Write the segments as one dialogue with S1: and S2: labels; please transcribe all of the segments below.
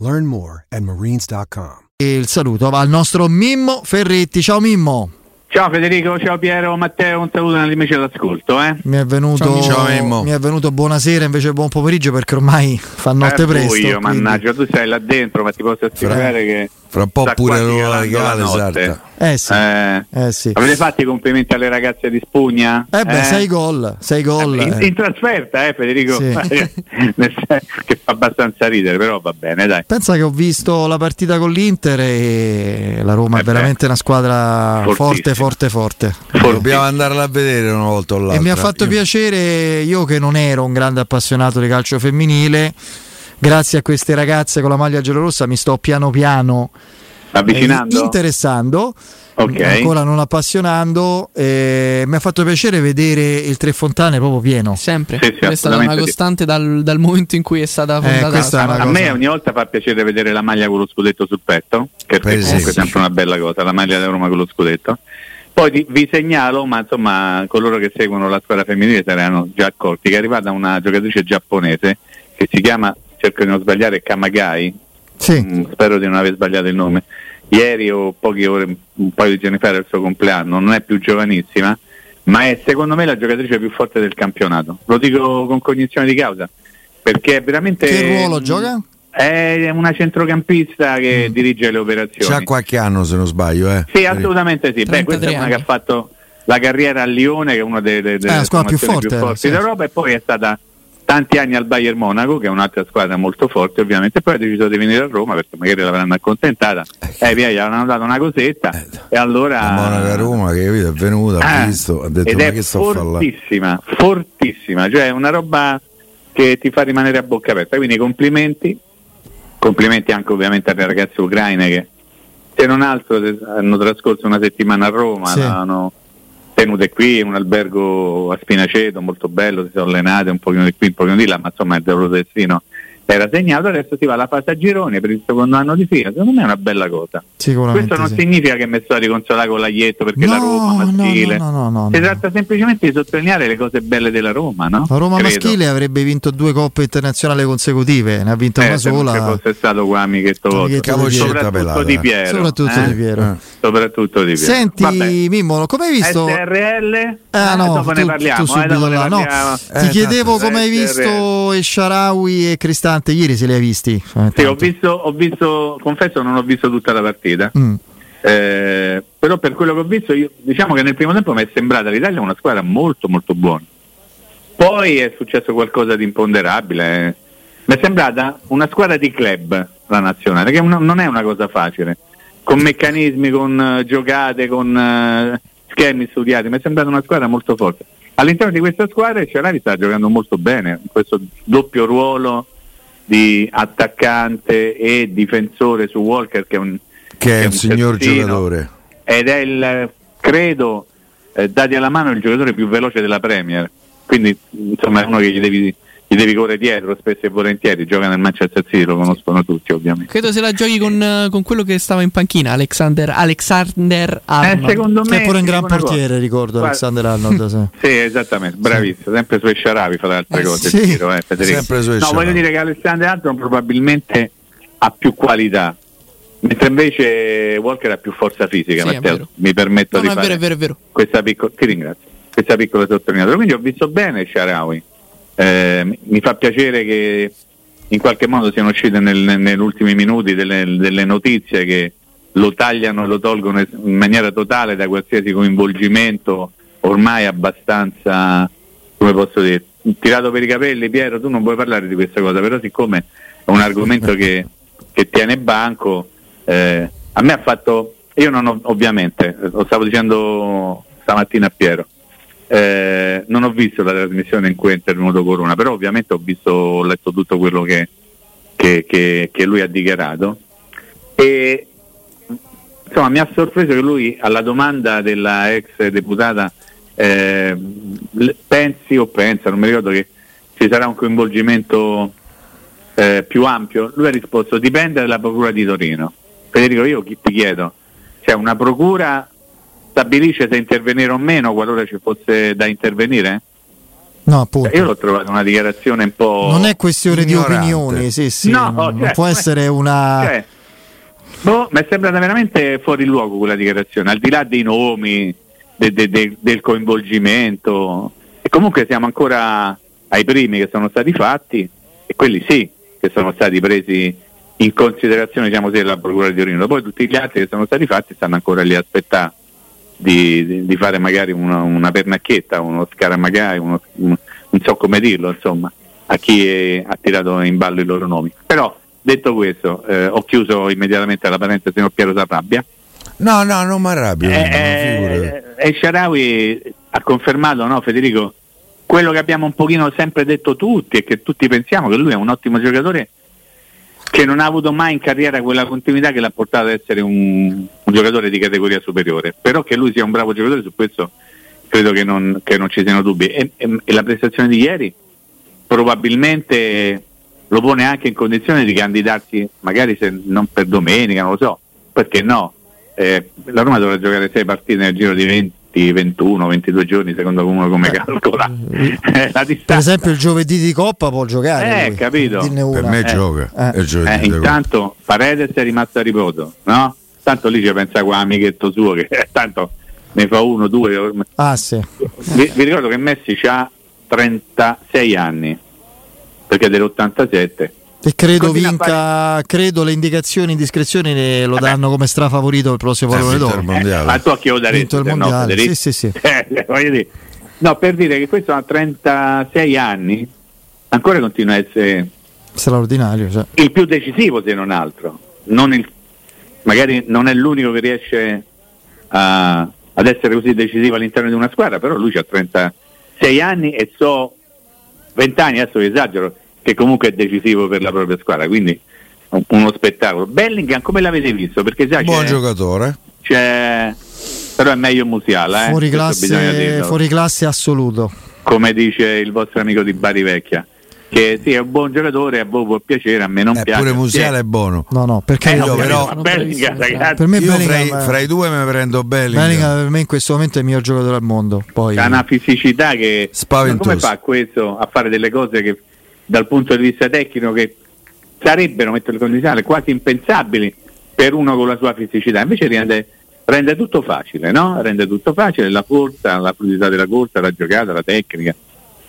S1: Learn more at marines.com.
S2: E il saluto va al nostro Mimmo Ferretti. Ciao Mimmo.
S3: Ciao Federico, ciao Piero, Matteo, un saluto agli amici all'ascolto. Eh?
S2: Mi è venuto,
S4: Ciao, Mimmo. Ciao, Mimmo.
S2: mi è venuto buonasera invece buon pomeriggio perché ormai fa notte
S3: Eh, poi
S2: presto.
S3: Io,
S2: quindi-
S3: mannaggia, tu stai là dentro, ma ti posso assicurare che.
S4: Fra un po'
S3: sta
S4: pure
S3: quasi
S4: l'ora
S3: calando la
S4: legale
S3: notte.
S4: salta.
S2: Eh sì. Eh,
S3: Eh,
S2: sì.
S3: Avete fatto i complimenti alle ragazze di Spugna?
S2: Eh beh, sei gol, sei gol.
S3: In,
S2: eh.
S3: in trasferta, eh, Federico,
S2: Sì.
S3: Nel senso che fa abbastanza ridere, però va bene, dai.
S2: Pensa che ho visto la partita con l'Inter e la Roma è
S3: Eh beh.
S2: veramente una squadra forte,
S3: Fortissima.
S2: forte, forte.
S4: Dobbiamo andarla a vedere una volta o l'altra.
S2: E mi ha fatto
S4: Io-
S2: piacere, io che non ero un grande appassionato di calcio femminile, grazie a queste ragazze con la maglia giallorossa mi sto piano piano
S3: Avvicinando.
S2: eh, interessando,
S3: Ok.
S2: ancora non appassionando. eh, mi ha fatto piacere vedere il Tre Fontane proprio pieno.
S5: Sempre.
S3: Sì, sì,
S5: questa è stata una
S3: assolutamente sì.
S5: costante dal, dal momento in cui è stata fondata.
S2: Eh, questa è una
S3: a
S2: cosa-
S3: me ogni volta fa piacere vedere la maglia con lo scudetto sul petto, che
S4: Per
S3: è comunque
S4: esempio.
S3: sempre una bella cosa, la maglia della Roma con lo scudetto. Poi ti- vi segnalo, ma insomma coloro che seguono la squadra femminile saranno già accorti, che è arrivata una giocatrice giapponese che si chiama, cerco di non sbagliare, Kamagai,
S2: Sì,
S3: Mm, spero di non aver sbagliato il nome. Ieri o poche ore, un paio di giorni fa era il suo compleanno, non è più giovanissima, ma è secondo me la giocatrice più forte del campionato. Lo dico con cognizione di causa, perché è veramente...
S2: Che ruolo gioca?
S3: È una centrocampista che dirige le operazioni.
S4: C'ha qualche anno se non sbaglio, eh.
S3: Sì, assolutamente sì. Beh,
S5: 33
S3: questa è una
S5: anni.
S3: che ha fatto la carriera a Lione, che è una delle, delle
S2: Ah, la squadra più
S3: formazioni
S2: forte, eh,
S3: forti
S2: sì.
S3: d'Europa, e poi è stata tanti anni al Bayern Monaco, che è un'altra squadra molto forte, ovviamente. Poi ha deciso di venire a Roma perché magari l'avranno accontentata,
S2: Eh.
S3: e via, gli avranno dato una cosetta, e
S4: La Monaca
S3: allora.
S4: Roma che capito, è venuta, ha
S3: Ah,
S4: visto, ha detto
S3: ed
S4: ma
S3: è
S4: che sto a fare là?"
S3: fortissima, fortissima, cioè è una roba che ti fa rimanere a bocca aperta. Quindi complimenti, complimenti anche ovviamente alle ragazze ucraine che se non altro se- hanno trascorso una settimana a Roma,
S2: Sì.
S3: l'hanno tenute qui in un albergo a Spinaceto, molto bello, si sono allenate un pochino di qui, un pochino di là, ma insomma il loro destino era segnato, adesso si va alla fase a gironi per il secondo anno di fila, secondo me è una bella cosa.
S2: sicuramente.
S3: Questo non
S2: sì.
S3: significa che mi sto a riconsolare con l'aglietto perché la
S2: No,
S3: Roma
S2: no,
S3: maschile. Esatto.
S2: no, no, no, no.
S3: si tratta semplicemente di sottolineare le cose belle della Roma, no?
S2: La Roma
S3: Credo.
S2: maschile avrebbe vinto due coppe internazionali consecutive, ne ha vinta
S3: Eh,
S2: una
S3: se non ci
S2: sola,
S3: fosse stato qua amichetto vostro.
S2: Amichetto
S4: di Piero.
S3: soprattutto
S4: Pelata.
S2: soprattutto di
S3: di Piero. eh?
S2: Piero.
S3: Soprattutto di Piero. Vabbè.
S2: Senti Mimmo, come hai visto?
S3: SRL?
S2: Ah,
S3: Eh,
S2: no,
S3: dopo ne
S2: tu-
S3: parliamo,
S2: tu
S3: eh,
S2: subito
S3: dopo ne
S2: là, no.
S3: parliamo.
S2: Ti
S4: Eh,
S2: chiedevo
S3: tanto.
S2: come hai
S3: Eh,
S2: visto Esharawi e Cristante ieri, se li hai visti. Eh,
S3: Sì, ho
S2: tanto.
S3: visto, ho visto, confesso non ho visto tutta la partita.
S2: Mm.
S3: Eh, però per quello che ho visto, io- diciamo che nel primo tempo mi è sembrata l'Italia una squadra molto molto buona. Poi è successo qualcosa di imponderabile. eh. Mi è sembrata una squadra di club la nazionale, che è una- non è una cosa facile, con meccanismi, con eh, giocate, con eh, schemi studiati. Mi è sembrata una squadra molto forte. All'interno di questa squadra Celari sta giocando molto bene, in questo doppio ruolo di attaccante e difensore su Walker che è un
S4: Che è
S3: che
S4: un signor
S3: terzino,
S4: giocatore.
S3: Ed è il, credo, eh, dati alla mano, il giocatore più veloce della Premier. Quindi, insomma, è uno che gli devi, gli devi correre dietro spesso e volentieri. Gioca nel Manchester City, lo conoscono tutti, ovviamente.
S5: Credo se la giochi con, eh, con quello che stava in panchina, Alexander, Alexander
S3: Eh,
S5: Arnold.
S3: secondo
S2: Che
S3: me
S2: è pure un
S3: ti
S2: gran
S3: dico una
S2: portiere,
S3: cosa.
S2: ricordo
S3: Guarda-
S2: Alexander Arnold. sì.
S3: Sì, esattamente, bravissimo, sempre sui sciarabi fra le altre
S2: Eh,
S3: cose.
S2: sì.
S3: il tiro, eh, Federico.
S4: Sempre sui
S3: no,
S4: sciarabi.
S3: voglio dire che Alessandro Arnold probabilmente ha più qualità, mentre invece Walker ha più forza fisica,
S5: Sì, è
S3: Matteo.
S5: vero.
S3: Mi permetto
S5: No,
S3: di
S5: no, è
S3: fare
S5: vero, è vero, è vero.
S3: questa piccola ti ringrazio questa piccola sottolineatura quindi ho visto bene Sharawi Eh, mi- mi fa piacere che in qualche modo siano uscite nel- nel- negli ultimi minuti delle, delle notizie che lo tagliano e lo tolgono in maniera totale da qualsiasi coinvolgimento ormai abbastanza, come posso dire, tirato per i capelli. Piero, tu non vuoi parlare di questa cosa, però siccome è un argomento che, che tiene banco, eh, a me ha fatto, io non ho, ovviamente, eh, lo stavo dicendo stamattina a Piero, eh, non ho visto la trasmissione in cui è intervenuto Corona, però ovviamente ho visto, ho letto tutto quello che, che- che- che lui ha dichiarato e insomma mi ha sorpreso che lui alla domanda della ex deputata eh, l- pensi o pensa, non mi ricordo che ci sarà un coinvolgimento eh, più ampio, lui ha risposto dipende dalla procura di Torino. Federico, io chi- ti chiedo, cioè una procura stabilisce se intervenire o meno qualora ci fosse da intervenire? Cioè,
S2: No, appunto.
S3: Io l'ho trovata una dichiarazione un po'...
S2: non è questione
S4: ignorante.
S2: di opinione, sì, sì,
S3: No,
S2: non- non
S3: cioè,
S2: può essere una...
S3: Cioè, boh, mi è sembrata veramente fuori luogo quella dichiarazione, al di là dei nomi, de- de- de- del coinvolgimento. E comunque siamo ancora ai primi che sono stati fatti e quelli sì che sono stati presi in considerazione diciamo così dalla Procura di Torino. Poi tutti gli altri che sono stati fatti stanno ancora lì a aspettare di, di- di fare magari una, una pernacchietta, uno scaramagai, uno- un- non so come dirlo, insomma, a chi è- ha tirato in ballo i loro nomi. Però detto questo, eh, ho chiuso immediatamente la parentesi, signor Piero Sarrabbia.
S4: No, no, non mi arrabbio.
S3: Eh,
S4: non
S3: eh,
S4: figurati.
S3: eh, El Sharawi ha confermato, no, Federico, quello che abbiamo un pochino sempre detto tutti e che tutti pensiamo che lui è un ottimo giocatore che non ha avuto mai in carriera quella continuità che l'ha portato ad essere un, un giocatore di categoria superiore. Però che lui sia un bravo giocatore su questo credo che non, che non ci siano dubbi. E- e- e la prestazione di ieri probabilmente lo pone anche in condizione di candidarsi, magari se non per domenica, non lo so, perché no? Eh, la Roma dovrà giocare 6 partite nel giro di 20, 21, 22 giorni, secondo uno come calcola eh, la
S2: Per
S3: distanza.
S2: esempio il giovedì di Coppa può giocare.
S3: Eh,
S2: lui.
S3: capito.
S2: Dirne una.
S4: Per me
S3: eh,
S4: gioca.
S2: eh.
S4: è giovedì,
S3: Eh,
S4: d'accordo.
S3: intanto Paredes è rimasto a riposo, no? Tanto lì ci pensa qua amichetto suo che tanto ne fa uno, due,
S2: Ah sì.
S3: vi, vi ricordo che Messi ha 36 anni perché è dell'87
S2: E credo
S3: Continua a
S2: vinca, credo le indicazioni e indiscrezioni le- lo danno come strafavorito il prossimo
S4: Eh,
S2: valore
S4: vinto
S2: d'oro.
S4: il mondiale.
S3: ma tu a chi lo daresti?
S2: Vinto il
S3: se no,
S2: mondiale,
S3: Federico?
S2: sì, sì, sì.
S3: Eh, voglio dire. no per dire che questo ha 36 anni ancora continua a essere
S2: Straordinario. cioè.
S3: il più decisivo se non altro Non il- magari non è l'unico che riesce a- ad essere così decisivo all'interno di una squadra però lui ha 36 anni e so 20 anni adesso vi esagero che comunque è decisivo per la propria squadra quindi un- uno spettacolo Bellingham come l'avete visto? perché già
S4: Buon
S3: c'è,
S4: giocatore.
S3: c'è- però è meglio Musiala eh?
S2: Fuori,
S3: Questo bisogna
S2: classe,
S3: dirlo.
S2: fuori classe assoluto.
S3: come dice il vostro amico di Bari Vecchia che sì è un buon giocatore a voi può piacere a me non piace
S4: Eppure Eh, Musiala è buono.
S2: No, no, perché
S3: Eh,
S4: io
S3: no,
S4: però-
S3: ma Bellingham, ragazzi,
S2: per me
S4: Io fra
S2: Bellingham, eh.
S4: i, fra i due me prendo Bellingham.
S2: Bellingham per me in questo momento è il miglior giocatore al mondo. Poi
S3: ha una fisicità che ma
S4: Spaventoso.
S3: come fa questo a fare delle cose che dal punto di vista tecnico che sarebbero metto il condizionale quasi impensabili per uno con la sua fisicità invece rende, rende tutto facile no? rende tutto facile la corsa la fluidità della corsa la giocata la tecnica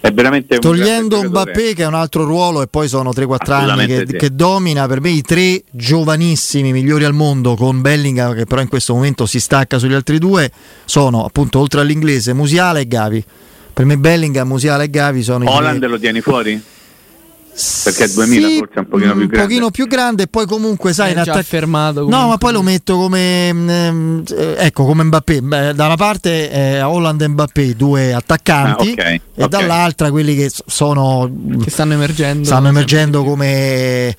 S3: è veramente un
S2: Togliendo
S3: grande giocatore.
S2: Mbappé che è un altro ruolo e poi sono 3-4 anni
S3: Assolutamente
S2: che,
S3: sì.
S2: che domina, per me i tre giovanissimi migliori al mondo con Bellingham che però in questo momento si stacca sugli altri due sono appunto oltre all'inglese Musiala e Gavi. Per me Bellingham, Musiala e Gavi sono i
S3: Holland
S2: tre.
S3: lo tieni fuori? perché
S2: Sì,
S3: 2000 forse è un pochino più
S2: un
S3: grande.
S2: pochino più grande e poi comunque sai
S5: È
S2: in
S5: già
S2: attacco
S5: fermato.
S2: No,
S5: comunque.
S2: ma poi lo metto come mm, ehm, eh, ecco come Mbappé. Beh, da una parte eh, Holland e Mbappé, due attaccanti,
S3: Ah, ok,
S2: e
S3: ok.
S2: dall'altra quelli che s- sono
S5: Che stanno emergendo. Cioè,
S2: stanno emergendo come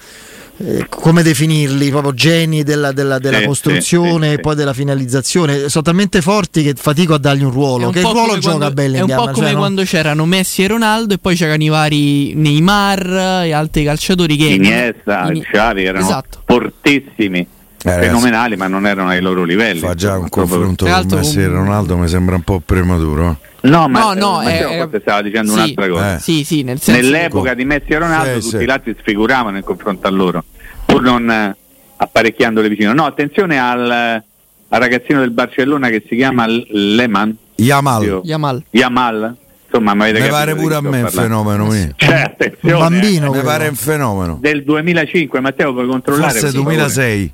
S2: eh, come definirli proprio geni della, della- della
S3: Sì,
S2: costruzione
S3: sì, sì,
S2: e
S3: sì.
S2: poi della finalizzazione sono talmente forti che fatico a dargli un
S5: È
S2: ruolo
S5: un
S2: che
S5: po'
S2: ruolo
S5: come
S2: gioca
S5: quando-
S2: Bellingham
S5: È un po'
S2: Cioè,
S5: come
S2: non-
S5: quando c'erano Messi e Ronaldo e poi c'erano i vari Neymar e altri calciatori che...
S3: Iniesta,
S5: Ini-
S3: Xavi erano
S5: Esatto.
S3: fortissimi,
S4: Eh, ragazzi.
S3: fenomenali, ma non erano ai loro livelli.
S4: Fa già un
S3: Proprio-
S4: confronto
S5: Tra
S4: con
S5: l'altro
S4: Messi e
S5: un-
S4: Ronaldo mi sembra un po' prematuro.
S3: No, ma,
S5: No, no,
S3: ma
S5: eh,
S3: Giacomo
S5: eh,
S3: forse stava dicendo
S5: sì.
S3: un'altra cosa.
S4: Eh.
S5: Sì, sì, nel senso... che-
S3: Nell'epoca di Messi e Ronaldo
S4: Sì,
S3: tutti
S4: sì.
S3: i lati sfiguravano in confronto a loro, pur non eh, apparecchiandole vicino. No, attenzione al, al ragazzino del Barcellona che si chiama L- Lehmann,
S4: Yamal,
S5: Yamal.
S3: Yamal, insomma, mi avete
S4: mi
S3: capito
S4: pare
S3: di
S4: pure
S3: chi
S4: a
S3: sto
S4: me un
S3: parlando.
S4: fenomeno. mi.
S3: Cioè, attenzione,
S2: un bambino
S4: Mi
S2: quello.
S4: pare un fenomeno.
S3: eh, del 2005, Matteo puoi controllare?
S4: Forse
S3: per favore?
S4: 2006.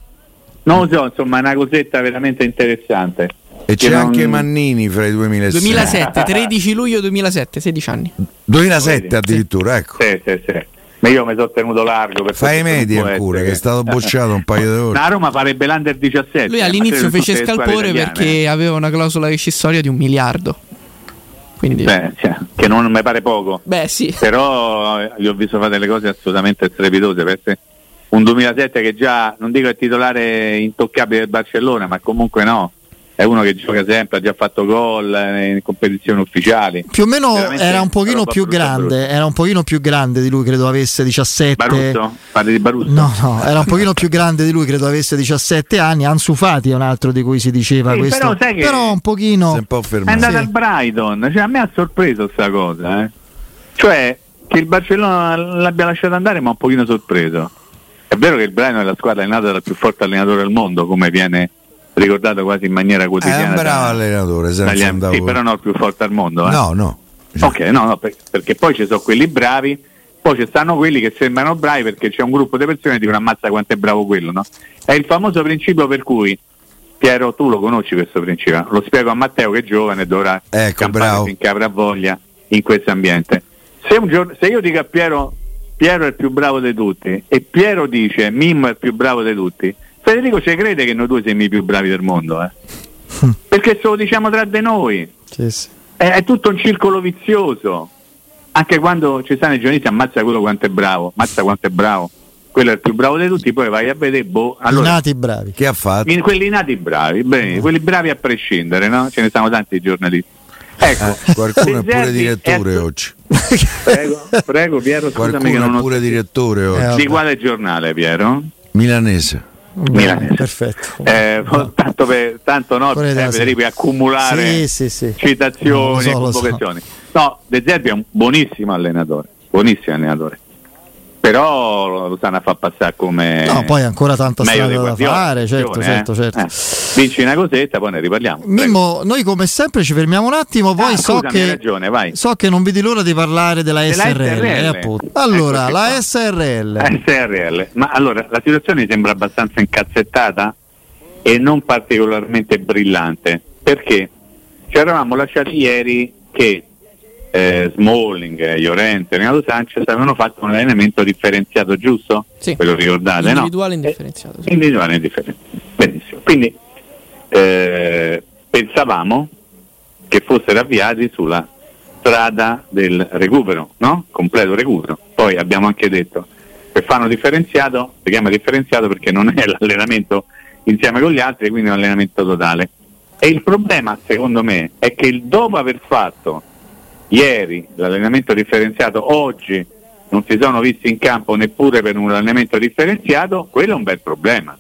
S3: Non lo so, insomma, è una cosetta veramente interessante.
S4: E c'è
S3: Che non-
S4: anche Mannini fra i 2006.
S5: 2007, 13 luglio 2007, 16 anni.
S4: 2007 addirittura, ecco.
S3: Sì, sì, sì. Ma io mi sono tenuto largo. Per
S4: Fai i
S3: questo non
S4: media
S3: può
S4: ancora,
S3: essere. Eh,
S4: che è stato bocciato un paio di ore.
S3: La Roma farebbe l'under 17.
S5: Lui
S3: eh, ma
S5: all'inizio
S3: credo tutte
S5: fece
S3: le squadre
S5: scalpore
S3: italiane.
S5: perché aveva una clausola rescissoria di un miliardo. Quindi, beh,
S3: Beh, cioè, che non mi pare poco.
S5: sì.
S3: Però eh, gli ho visto fare delle cose assolutamente strepitose. Perché un 2007 che già, non dico è titolare intoccabile del Barcellona, ma comunque no. È uno che gioca sempre, ha già fatto gol eh, in competizioni ufficiali.
S2: Più o meno
S3: Veramente
S2: era un pochino
S3: roba
S2: più
S3: brutta,
S2: grande,
S3: brutta.
S2: era un pochino più grande di lui, credo avesse 17.
S3: Baruzzo? Parli di Baruzzo?
S2: No, no, era un pochino più grande di lui, credo avesse 17 anni. Ansu Fati è un altro di cui si diceva
S3: Sì,
S2: questo.
S3: però sai che-
S2: Però un
S4: Si è
S2: pochino
S4: un po'
S3: È
S4: fermato.
S3: andato
S2: Sì.
S3: al Brighton, cioè a me ha sorpreso sta cosa, eh. Cioè che il Barcellona l'abbia lasciato andare ma un pochino sorpreso. È vero che il Brighton è la squadra allenata dal più forte allenatore al mondo, come viene ricordato quasi in maniera
S4: Eh, È un
S3: quotidiana.
S4: bravo
S3: da-
S4: allenatore, se non
S3: dagli
S4: ci
S3: am-
S4: andavo-
S3: sì, però non il più forte al mondo. eh.
S4: No, no.
S3: Ok, no, no, per- perché poi ci sono quelli bravi, poi ci stanno quelli che sembrano bravi perché c'è un gruppo di persone che dicono ammazza quanto è bravo quello, no? È il famoso principio per cui, Piero, tu lo conosci questo principio, lo spiego a Matteo che è giovane e dovrà
S4: Ecco,
S3: campare
S4: bravo.
S3: finché avrà voglia in questo ambiente. Se, un giorno- se io dico a Piero, Piero è il più bravo di tutti, e Piero dice, Mimmo è il più bravo di tutti, Federico ci crede che noi due siamo i più bravi del mondo, eh?
S4: Hm.
S3: perché se lo diciamo tra di noi
S2: Sì, sì.
S3: è, è tutto un circolo vizioso. Anche quando ci stanno i giornalisti, ammazza quello quanto è bravo, ammazza quanto è bravo, quello è il più bravo di tutti, poi vai a vedere, boh, allora,
S2: nati bravi.
S4: Che ha fatto?
S3: in- quelli nati bravi, bene,
S4: Eh.
S3: quelli bravi a prescindere, no? Ce ne stanno tanti i giornalisti. Ecco,
S4: Eh, qualcuno è pure
S3: Deserti
S4: direttore
S3: è-
S4: oggi.
S3: prego, prego Piero, scusami eh, che
S4: Qualcuno
S3: non
S4: è
S3: ho...
S4: pure direttore oggi.
S2: Eh,
S3: Di quale giornale, Piero?
S4: Milanese.
S3: Milanese.
S2: Perfetto.
S3: Eh, tanto, per, tanto no,
S2: Pure
S3: eh,
S2: da-
S3: Federico, è accumulare
S2: Sì, sì, sì.
S3: citazioni
S2: Lo
S3: e
S2: so, lo so.
S3: convocazioni. No, De Zerbi è un buonissimo allenatore, buonissimo allenatore. Però lo sanno a far passare come
S2: No, poi ancora tanta
S3: Eh, meglio
S2: strada
S3: di
S2: da
S3: Guardiola,
S2: fare, certo,
S3: attenzione,
S2: certo, certo.
S3: eh. Eh, Vinci una cosetta, poi ne riparliamo. Prego.
S2: Mimmo, noi come sempre ci fermiamo un attimo, poi
S3: Ah,
S2: so,
S3: scusami,
S2: che,
S3: hai ragione, vai.
S2: so che non vedi l'ora di parlare della,
S3: Della
S2: SRL.
S3: SRL.
S2: eh, appunto.
S3: Ecco
S2: Allora,
S3: Eccoci
S2: la
S3: qua.
S2: SRL.
S3: Eh. Ah, SRL. Ma allora, la situazione mi sembra abbastanza incazzettata e non particolarmente brillante, perché ci eravamo lasciati ieri che eh, Smalling, eh, Llorente, Renato Sanchez avevano fatto un allenamento differenziato, giusto?
S5: Sì.
S3: Ve lo ricordate, no?
S5: Individuale
S3: Eh,
S5: indifferenziato. sì.
S3: individuale indifferente. Benissimo. Quindi eh, pensavamo che fossero avviati sulla strada del recupero, no? Completo recupero. Poi abbiamo anche detto che fanno differenziato, si chiama differenziato perché non è l'allenamento insieme con gli altri, quindi è un allenamento totale. E il problema, secondo me, è che il- dopo aver fatto ieri l'allenamento differenziato, oggi non si sono visti in campo neppure per un allenamento differenziato, quello è un bel problema.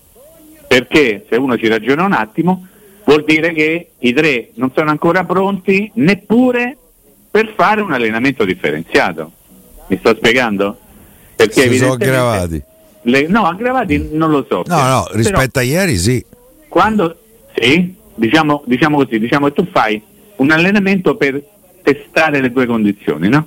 S3: Perché se uno ci ragiona un attimo, vuol dire che i tre non sono ancora pronti neppure per fare un allenamento differenziato. Mi sto spiegando? Perché
S4: Si sono
S3: evidentemente-
S4: aggravati.
S3: le- no, aggravati non lo so.
S4: No, no,
S3: Però
S4: rispetto a ieri sì.
S3: quando sì, diciamo, diciamo così, diciamo che tu fai un allenamento per testare le tue condizioni, no?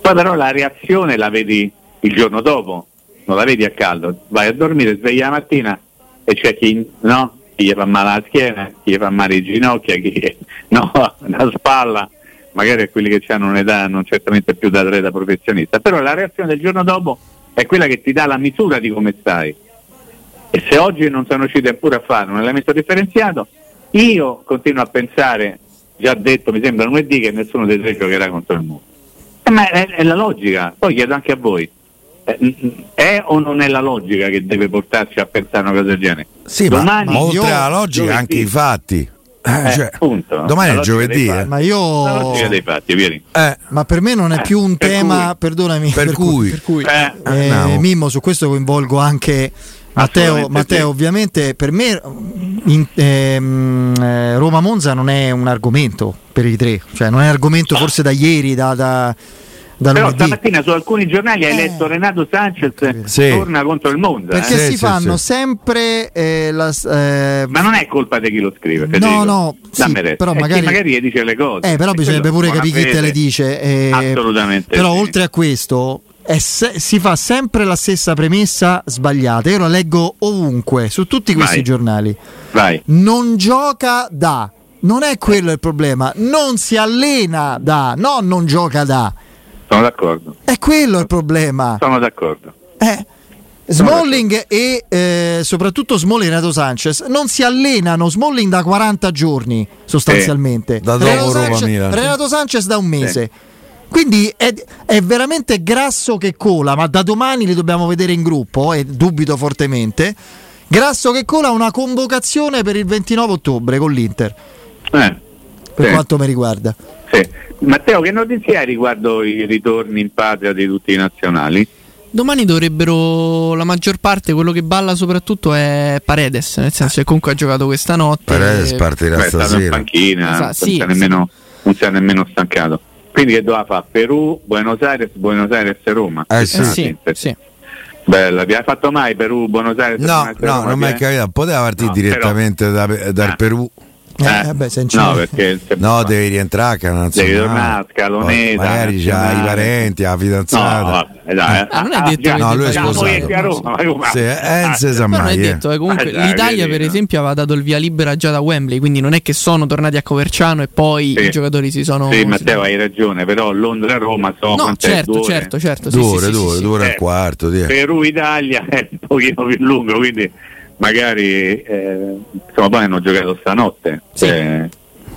S3: Poi però la reazione la vedi il giorno dopo, non la vedi a caldo, vai a dormire, svegli la mattina e c'è chi, no? chi gli fa male la schiena, chi gli fa male i ginocchia, chi no, la spalla, magari a quelli che hanno un'età non certamente più da atleta professionista, però la reazione del giorno dopo è quella che ti dà la misura di come stai e se oggi non sono riusciti neppure a fare un elemento differenziato, io continuo a pensare, già detto mi sembra lunedì, che nessuno dei tre giocherà contro il muro. Eh, ma è, è la logica, poi chiedo anche a voi, eh, n- n- è o non è la logica che deve portarci a pensare una cosa del genere?
S4: Sì, ma-
S3: domani,
S4: ma, oltre alla logica
S3: giovedì.
S4: anche i fatti. Eh,
S3: Eh,
S4: cioè,
S3: appunto.
S4: domani
S3: La
S4: è
S3: logica
S4: giovedì.
S3: dei
S4: eh.
S3: fatti.
S2: Ma
S3: la
S2: io...
S3: logica dei fatti, vieni.
S4: Eh,
S2: Ma per me non è più un
S3: per
S2: tema,
S3: cui-
S2: perdonami,
S4: per cui.
S5: Per cui
S3: Eh,
S2: Eh,
S4: Andiamo.
S2: Mimmo, su questo coinvolgo anche Matteo.
S3: Assolutamente
S2: Matteo,
S3: sì.
S2: ovviamente per me in- ehm, eh, Roma Monza non è un argomento per i tre, cioè non è argomento forse da ieri, da, da, da
S3: però
S2: lunedì.
S3: stamattina su alcuni giornali hai
S2: Eh.
S3: letto Renato Sanchez
S4: Sì.
S3: torna contro il mondo, eh.
S2: Perché
S4: Sì,
S2: si
S4: sì,
S2: fanno
S4: sì.
S2: sempre eh, la, s- eh,
S3: ma non è colpa di chi lo scrive.
S2: No,
S3: Federico.
S2: no, sì,
S3: Dammi retta.
S2: però
S3: Eh, chi
S2: magari-
S3: gli dice le cose.
S2: Eh, però
S3: E
S2: bisognerebbe
S3: quello
S2: pure
S3: non
S2: capire chi te
S3: avvede.
S2: le dice. eh,
S3: Assolutamente
S2: Però
S3: sì.
S2: oltre a questo, è se- si fa sempre la stessa premessa sbagliata. Io la leggo ovunque, su tutti questi
S3: Vai.
S2: giornali.
S3: Vai.
S2: Non gioca da. Non è quello il problema. Non si allena da. No, non gioca da.
S3: Sono d'accordo.
S2: È quello il problema.
S3: Sono d'accordo.
S2: Eh, Smalling e eh, soprattutto Smalling e Renato Sanchez non si allenano. Smalling da 40 giorni sostanzialmente.
S4: Eh, Da dopo
S2: Renato,
S4: Roma,
S2: Sanchez,
S4: Milan. Eh.
S2: Renato Sanchez da un mese.
S3: Sì.
S2: Quindi è, è veramente grasso che cola, ma da domani li dobbiamo vedere in gruppo e dubito fortemente. Grasso che cola ha una convocazione per il 29 ottobre con l'Inter,
S3: Eh,
S2: per
S3: sì,
S2: quanto mi riguarda.
S3: sì. Matteo, che notizie hai riguardo i ritorni in patria di tutti i nazionali?
S5: Domani dovrebbero la maggior parte, quello che balla soprattutto è Paredes, nel senso che comunque ha giocato questa notte.
S4: Paredes
S5: Eh,
S4: partirà
S3: Beh, è stato in
S4: stasera.
S3: panchina,
S5: Esatto,
S3: non,
S5: sì,
S3: si è nemmeno, non si è nemmeno stancato. Quindi che doveva fare? Perù, Buenos Aires, Buenos Aires e Roma.
S4: Eh,
S5: eh, sì,
S3: Inter.
S5: sì.
S3: Bella, vi hai fatto mai Perù, Buenos Aires?
S4: No,
S3: Buenos Aires,
S4: no,
S3: Roma,
S4: non mi è
S3: vi è?
S4: capitato. Poteva partire
S3: eh. No, però-
S4: direttamente da- dal
S3: Eh.
S4: Perù.
S2: Eh,
S3: Eh,
S2: vabbè, se in
S3: no,
S2: Cina-
S3: perché se-
S4: No, devi rientrare. che è una nazionale.
S3: Devi tornare a Scaloneta,
S4: Poi Ah. Magari c'ha
S3: nazionale.
S4: i parenti, la
S3: No,
S4: fidanzata.
S3: vabbè, dai, eh.
S5: Ah, non è detto
S3: già-
S5: che-
S4: No, lui è
S3: già
S4: sposato.
S3: voi siete a Roma, ma Ah, come-
S4: Sì, eh, non si sa
S5: Però non è
S4: mai, eh.
S5: detto, eh, comunque
S3: Ah, dai,
S5: l'Italia
S3: vedi,
S5: per
S3: no.
S5: esempio aveva dato il via libera già da Wembley, quindi non è che sono tornati a Coverciano e poi
S3: Sì.
S5: i giocatori si sono...
S3: Sì, Matteo, hai ragione, però Londra-Roma so
S5: No,
S3: quant'è, due
S5: certo,
S3: ore.
S5: certo, certo. sì,
S4: Due
S5: sì,
S4: ore,
S5: sì,
S4: due
S5: sì,
S4: ore,
S5: sì.
S4: due ore e un
S3: Eh.
S4: quarto. dì.
S3: Perù-Italia è un pochino più lungo, quindi magari eh, insomma poi hanno giocato stanotte.
S5: Sì.
S3: eh,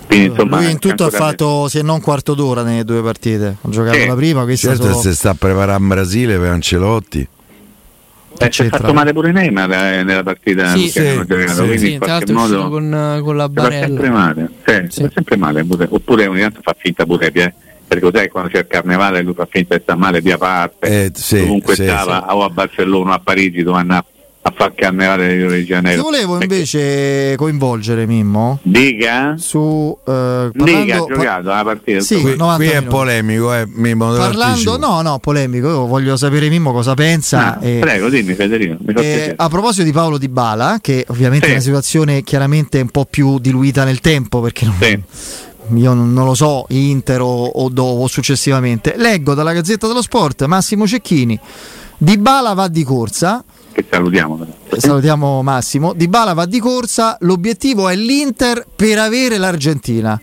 S3: quindi, insomma,
S2: Lui in tutto ha
S3: ancora-
S2: fatto se non quarto d'ora nelle due partite. Ha giocato
S3: Sì.
S2: la prima, questa
S4: Certo,
S2: solo-
S4: se sta preparando in Brasile per Ancelotti.
S3: Eh, ci ha
S2: c'entra.
S3: fatto male pure Neymar eh, nella partita
S5: Sì,
S3: che hanno
S4: sì,
S3: giocato,
S4: sì,
S3: quindi
S5: Sì,
S3: in
S5: tra
S3: qualche
S5: l'altro è uscito
S3: modo
S5: con, con la
S3: ci fa sempre
S5: Barella.
S3: male, sì, ci
S5: Sì.
S3: fa sempre male, pure- oppure ogni tanto fa finta pure Pia- perché lo sai quando c'è il carnevale lui fa finta che sta male via parte,
S4: Eh, sì,
S3: comunque
S4: sì,
S3: stava o a Barcellona o a Parigi dove andava a far il carnevale di Rio de Janeiro.
S2: Ti volevo
S3: Eh, Perché-
S2: invece coinvolgere Mimmo
S3: Diga?
S2: su eh,
S3: Liga ha
S2: parlando, par-
S3: giocato la partita
S2: Sì,
S4: Qui,
S2: 90
S4: qui è
S2: minuti.
S4: polemico, eh, mi mo- te lo
S2: parlando
S4: anticipo.
S2: no, no, polemico, io voglio sapere Mimmo cosa pensa
S3: Ah,
S2: e-
S3: prego dimmi Federico mi fa
S2: Eh,
S3: piacere.
S2: a proposito di Paolo Di Bala, che ovviamente
S3: Sì.
S2: è una situazione chiaramente un po' più diluita nel tempo, perché non-
S3: Sì.
S2: io non, non lo so, Inter o, o dopo, o successivamente. Leggo dalla Gazzetta dello Sport Massimo Cecchini. Di Bala va di corsa,
S3: che salutiamo però.
S2: salutiamo Massimo. Di Bala va di corsa, l'obiettivo è l'Inter per avere l'Argentina.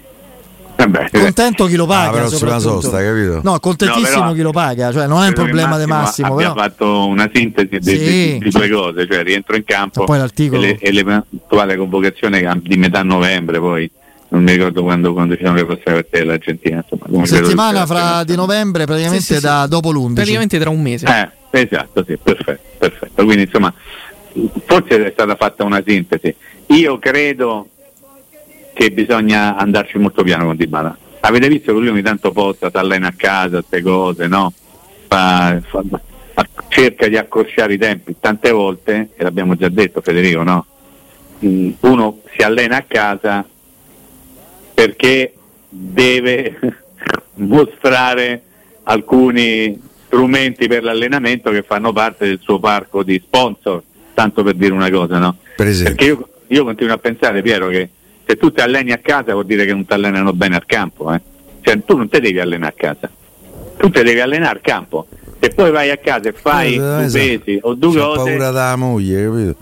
S3: Vabbè, eh.
S2: Contento chi lo paga.
S4: Ah, però sulla
S2: soprattutto.
S4: sosta, capito?
S2: No, contentissimo
S3: No, però-
S2: chi lo paga, cioè non è un
S3: credo che
S2: problema di Massimo.
S3: abbia
S2: però-
S3: fatto una sintesi di-
S2: Sì.
S3: di, di due cose cioè rientro in campo
S2: E poi l'articolo-
S3: e, le- e l'eventuale convocazione di metà novembre poi non mi ricordo quando, quando ci sono le prossime partite dell'Argentina insomma, come
S2: Una
S3: credo
S2: settimana
S3: che sarà
S2: fra
S3: appena-
S2: di novembre, praticamente
S5: Sì, sì, sì.
S2: da dopo l'11.
S5: Praticamente tra un mese.
S3: Eh, esatto, sì, perfetto, perfetto. Quindi insomma, forse è stata fatta una sintesi. Io credo che bisogna andarci molto piano con Dybala. Avete visto che lui ogni tanto posta, si allena a casa, queste cose, no? Fa- fa- fa- cerca di accrociare i tempi tante volte, e l'abbiamo già detto Federico, no? Mm, Uno si allena a casa perché deve mostrare alcuni strumenti per l'allenamento che fanno parte del suo parco di sponsor, tanto per dire una cosa, no?
S4: Per esempio.
S3: Perché io, io continuo a pensare, Piero, che se tu ti alleni a casa vuol dire che non ti allenano bene al campo, eh? Cioè tu non ti devi allenare a casa, tu ti devi allenare al campo. Se poi vai a casa e fai
S4: Eh,
S3: due
S4: esatto.
S3: pesi o due
S4: C'ha
S3: cose,
S4: paura della moglie, capito?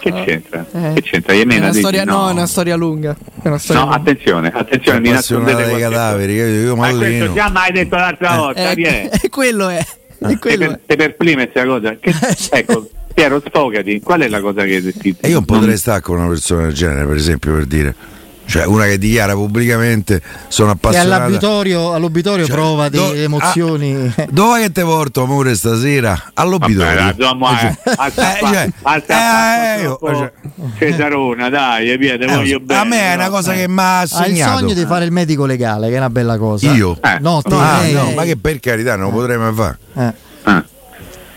S3: che c'entra?
S5: Eh,
S3: Che c'entra?
S5: È
S3: Iemena
S5: una
S3: dici
S5: storia, no.
S3: no.
S5: è una storia lunga. È una storia
S3: No,
S5: lunga.
S3: attenzione, attenzione, Cioè, mi
S4: appassionata
S3: nascondete
S4: dei
S3: qualche
S4: cadaveri, capito? Io mi
S3: ma Ah, questo
S4: alleno.
S3: già mai detto l'altra volta, vieni.
S5: Eh, eh, quello è. è
S3: Te
S5: quello Eh, certo.
S3: per,
S5: è.
S3: te perprime questa cosa. Che- ecco, Piero sfogati, qual è la cosa che ti
S4: E Eh, io non potrei stare con una persona del genere, per esempio, per dire. Cioè, una che dichiara pubblicamente sono
S2: E
S4: appassionata.
S2: all'obitorio, all'obitorio
S4: Cioè,
S2: prova
S4: do-
S2: delle emozioni.
S4: Ah, dove che te porto, amore, stasera? eh, All'obitorio. Eh, cioè, eh, io- cioè,
S3: Cesarona, dai, e via, te
S4: eh,
S3: voglio bene.
S4: a me è una
S3: no?
S4: cosa che mi ha
S2: ha Eh. Ah, il
S4: segnato.
S2: sogno di fare il medico legale, che è una bella cosa.
S4: Io?
S3: Eh,
S2: No, te,
S4: Ah,
S2: lei.
S4: no, ma che per carità non lo potrei mai fare.
S2: Eh.
S3: Ah.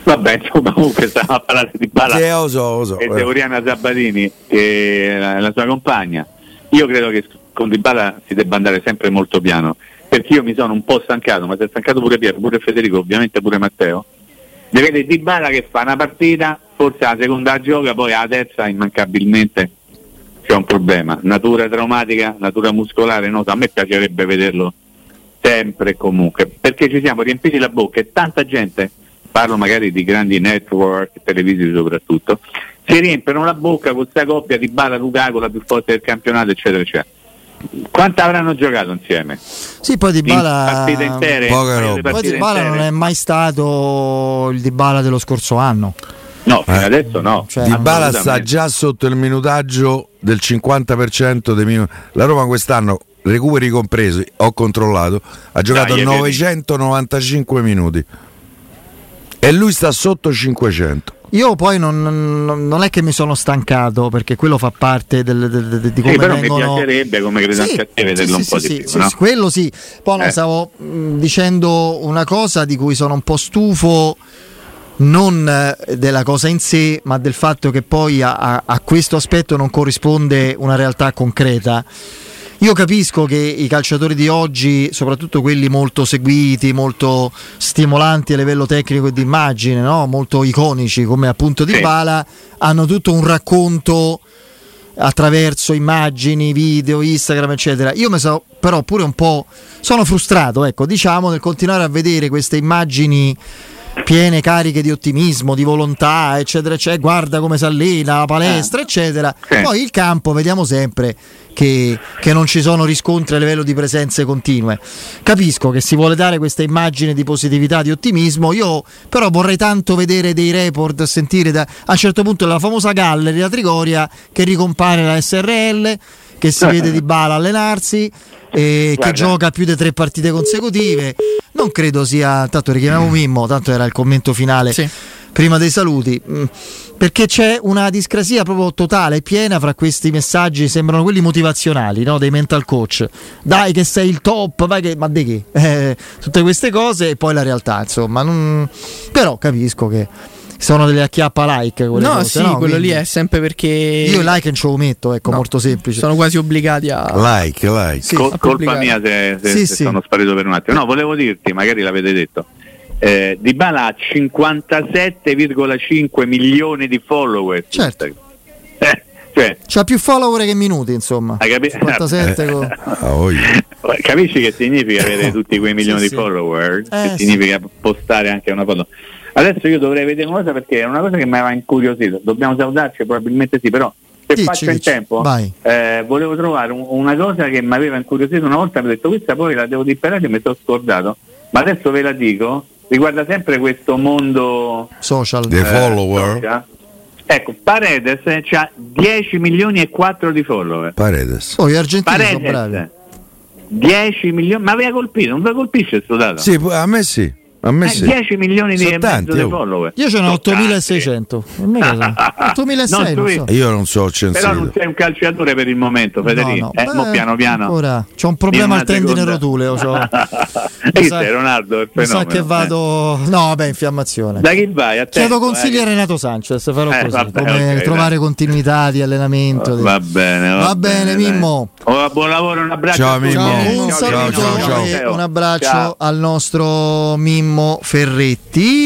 S3: Vabbè, insomma, comunque stavamo a parlare di Balà.
S4: Sì, eh, lo so, lo so. eh.
S3: e Teoriana Zabatini e la, la sua compagna. Io credo che con Dybala si debba andare sempre molto piano, perché io mi sono un po' stancato, ma si è stancato pure Piero, pure Federico, ovviamente pure Matteo. Di vedere Dybala che fa una partita, forse la seconda la gioca, poi alla terza immancabilmente c'è un problema. Natura traumatica, natura muscolare, no, a me piacerebbe vederlo sempre e comunque, perché ci siamo riempiti la bocca e tanta gente parlo magari di grandi network televisivi soprattutto, si riempiono la bocca con questa coppia di Bala Lukaku, la più forte del campionato, eccetera, eccetera. Quanto avranno giocato insieme?
S2: Sì, poi Di Bala,
S3: In intere,
S2: poi Di Bala non è mai stato il Di Bala dello scorso anno.
S3: No, fino eh. adesso no.
S4: Cioè, Di Bala sta già sotto il minutaggio del 50% dei minuti. La Roma quest'anno, recuperi compresi, ho controllato, ha giocato Dai, 995 minuti e lui sta sotto 500.
S2: Io poi non, non, non, è che mi sono stancato perché quello fa parte del, del, del, di come
S3: sì, però
S2: vengono...
S3: mi piacerebbe come credo sì, anche a te vederlo
S2: sì,
S3: un po'
S2: sì,
S3: di
S2: più,
S3: sì,
S2: no?
S3: sì,
S2: quello sì. Poi eh. no, stavo mh, dicendo una cosa di cui sono un po' stufo non eh, della cosa in sé, ma del fatto che poi a, a, a questo aspetto non corrisponde una realtà concreta. Io capisco che i calciatori di oggi, soprattutto quelli molto seguiti, molto stimolanti a livello tecnico e di immagine, no? molto iconici come appunto Di Bala, hanno tutto un racconto attraverso immagini, video, Instagram, eccetera. Io mi so però pure un po' sono frustrato, ecco, diciamo, nel continuare a vedere queste immagini piene cariche di ottimismo, di volontà, eccetera, eccetera, guarda come si allena, la palestra, eccetera. Poi il campo vediamo sempre che, che, non ci sono riscontri a livello di presenze continue. Capisco che si vuole dare questa immagine di positività, di ottimismo, io però vorrei tanto vedere dei report, sentire da, a un certo punto la famosa galleria da Trigoria che ricompare la SRL, che si vede di Bala allenarsi, eh, che gioca più di tre partite consecutive. Non credo sia. Tanto richiamiamo
S5: Mm.
S2: Mimmo, tanto era il commento finale sì. prima dei saluti. Mm, Perché c'è una discrasia proprio totale, piena fra questi messaggi, sembrano quelli motivazionali no? dei mental coach. Dai, che sei il top, vai che. Ma di che? Eh, tutte queste cose e poi la realtà, insomma. Non... Però capisco che sono delle acchiappa like
S5: no cose, sì no? quello Quindi lì è sempre perché
S2: io like non ce lo metto ecco no, molto semplice
S5: sono quasi obbligati a
S4: like like
S3: sì, Col- colpa mia se, se, sì, se sì. sono sparito per un attimo no volevo dirti magari l'avete detto eh, Di Bala ha 57,5 milioni di follower
S2: certo eh, cioè, c'ha più follower che minuti insomma
S3: hai capito
S2: 57 eh. con...
S4: oh,
S3: capisci che significa avere tutti quei milioni di follower che significa postare anche una foto Adesso io dovrei vedere una cosa perché è una cosa che mi aveva incuriosito. Dobbiamo salutarci, probabilmente sì, però se dici, faccio dici. in tempo, eh, volevo trovare un, una cosa che mi aveva incuriosito una volta, ho detto questa poi la devo disperare e mi sono scordato, ma adesso ve la dico, riguarda sempre questo mondo
S2: social,
S4: dei eh, follower. Social.
S3: Ecco, Paredes ha 10 milioni e 4 di follower.
S4: Paredes.
S2: Oh, gli argentini Paredes, sono bravi.
S3: 10 milioni, ma vi ha colpito, non vi colpisce questo dato?
S4: Sì, a me sì. Eh, sì.
S3: 10 milioni di, tanti, di follower.
S2: Io ce ne ho 8600. 8600.
S4: So. Io non so censito.
S3: Però non sei un calciatore per il momento, Federico. No, no. Eh, Beh, mo piano piano.
S2: Ora c'ho un problema al tendine rotuleo. Cioè.
S3: e sa, sei Ronaldo, è fenomeno. eh.
S2: So che vado. No, vabbè, infiammazione.
S3: Da chi vai? Eh, Attento,
S2: Chiedo consiglio a eh. Renato Sanchez, farò così. Vabbè, come okay, trovare dai. continuità di allenamento. Di...
S3: Va bene, va,
S2: va bene, bene, Mimmo.
S3: Oh, buon lavoro, un abbraccio.
S4: Ciao
S2: Mimmo. Un saluto e un abbraccio al nostro Mimmo Ferretti.